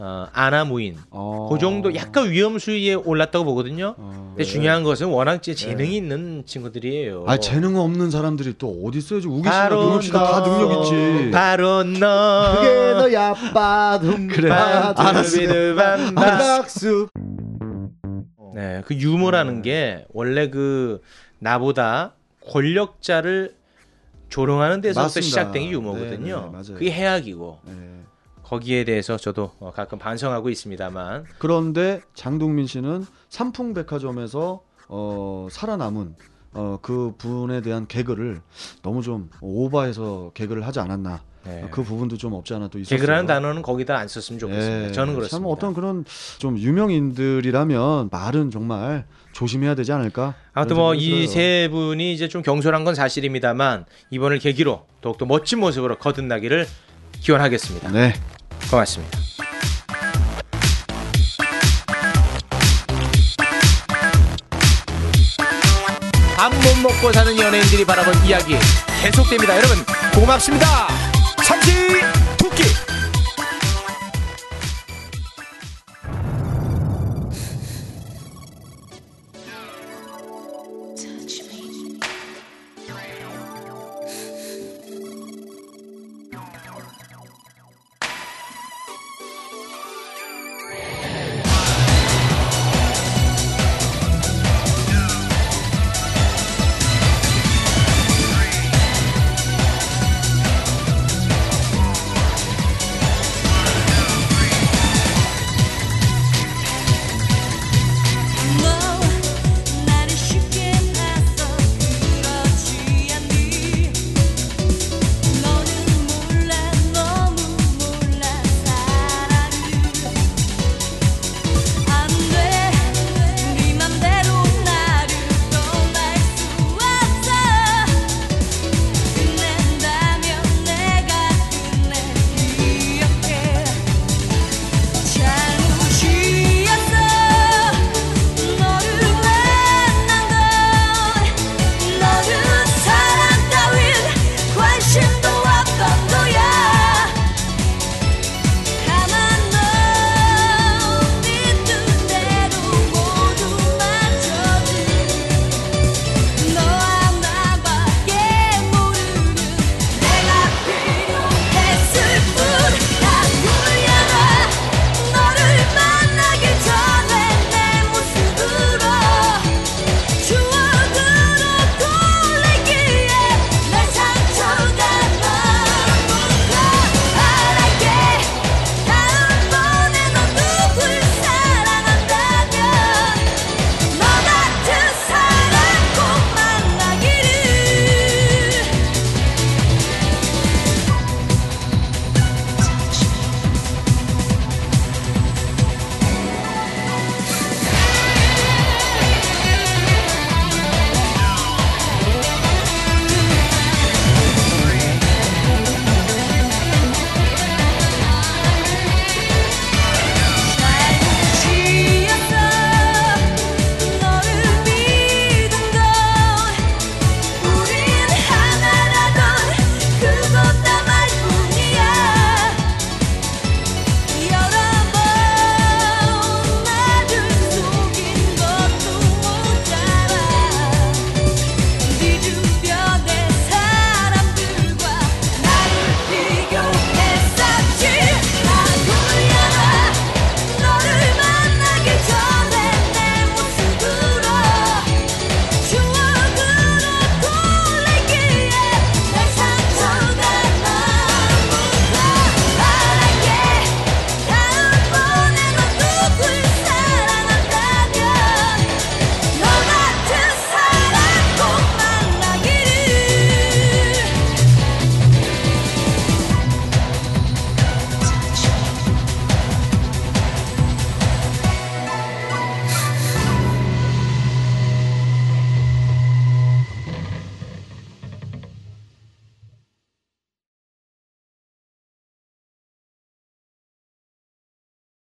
E: 어, 아나무인
N: 어.
E: 그 정도 약간 위험 수위에 올랐다고 보거든요. 근데
N: 네.
E: 중요한 것은 워낙 제 재능이 있는 친구들이에요.
N: 아 재능 없는 사람들이 또 어디 있어요? 지금 우기 씨나
E: 바로
N: 동엽 씨나 다
E: 너.
N: 능력 있지.
E: 바로 너.
C: 그게 너야 빠둠
N: 그래.
C: 빠둠
E: 알았어요.
C: 빠둠 박수.
E: 네, 그 유머라는 게 원래 그 나보다 권력자를 조롱하는 데서부터
N: 맞습니다.
E: 시작된 게 유머거든요.
N: 네, 네, 맞아요.
E: 그게 해악이고
N: 예.
E: 거기에 대해서 저도 어, 가끔 반성하고 있습니다만
N: 그런데 장동민 씨는 삼풍백화점에서 어, 살아남은 어, 그 분에 대한 개그를 너무 좀 오버해서 개그를 하지 않았나. 그 부분도 좀 없지 않아 또
E: 네.
N: 있었어요.
E: 예. 개그라는 단어는 거기다 안 썼으면 좋겠습니다.
N: 예,
E: 저는
N: 참
E: 그렇습니다.
N: 어떤 그런 좀 유명인들이라면 말은 정말 조심해야 되지 않을까?
E: 아무튼
N: 그런
E: 뭐
N: 생각이 들어요.
E: 이 세 분이 이제 좀 경솔한 건 사실입니다만 이번을 계기로 더욱더 멋진 모습으로 거듭나기를 기원하겠습니다.
N: 네.
E: 고맙습니다. 밥 못 먹고 사는 연예인들이 바라본 이야기 계속됩니다. 여러분 고맙습니다.
S: 참치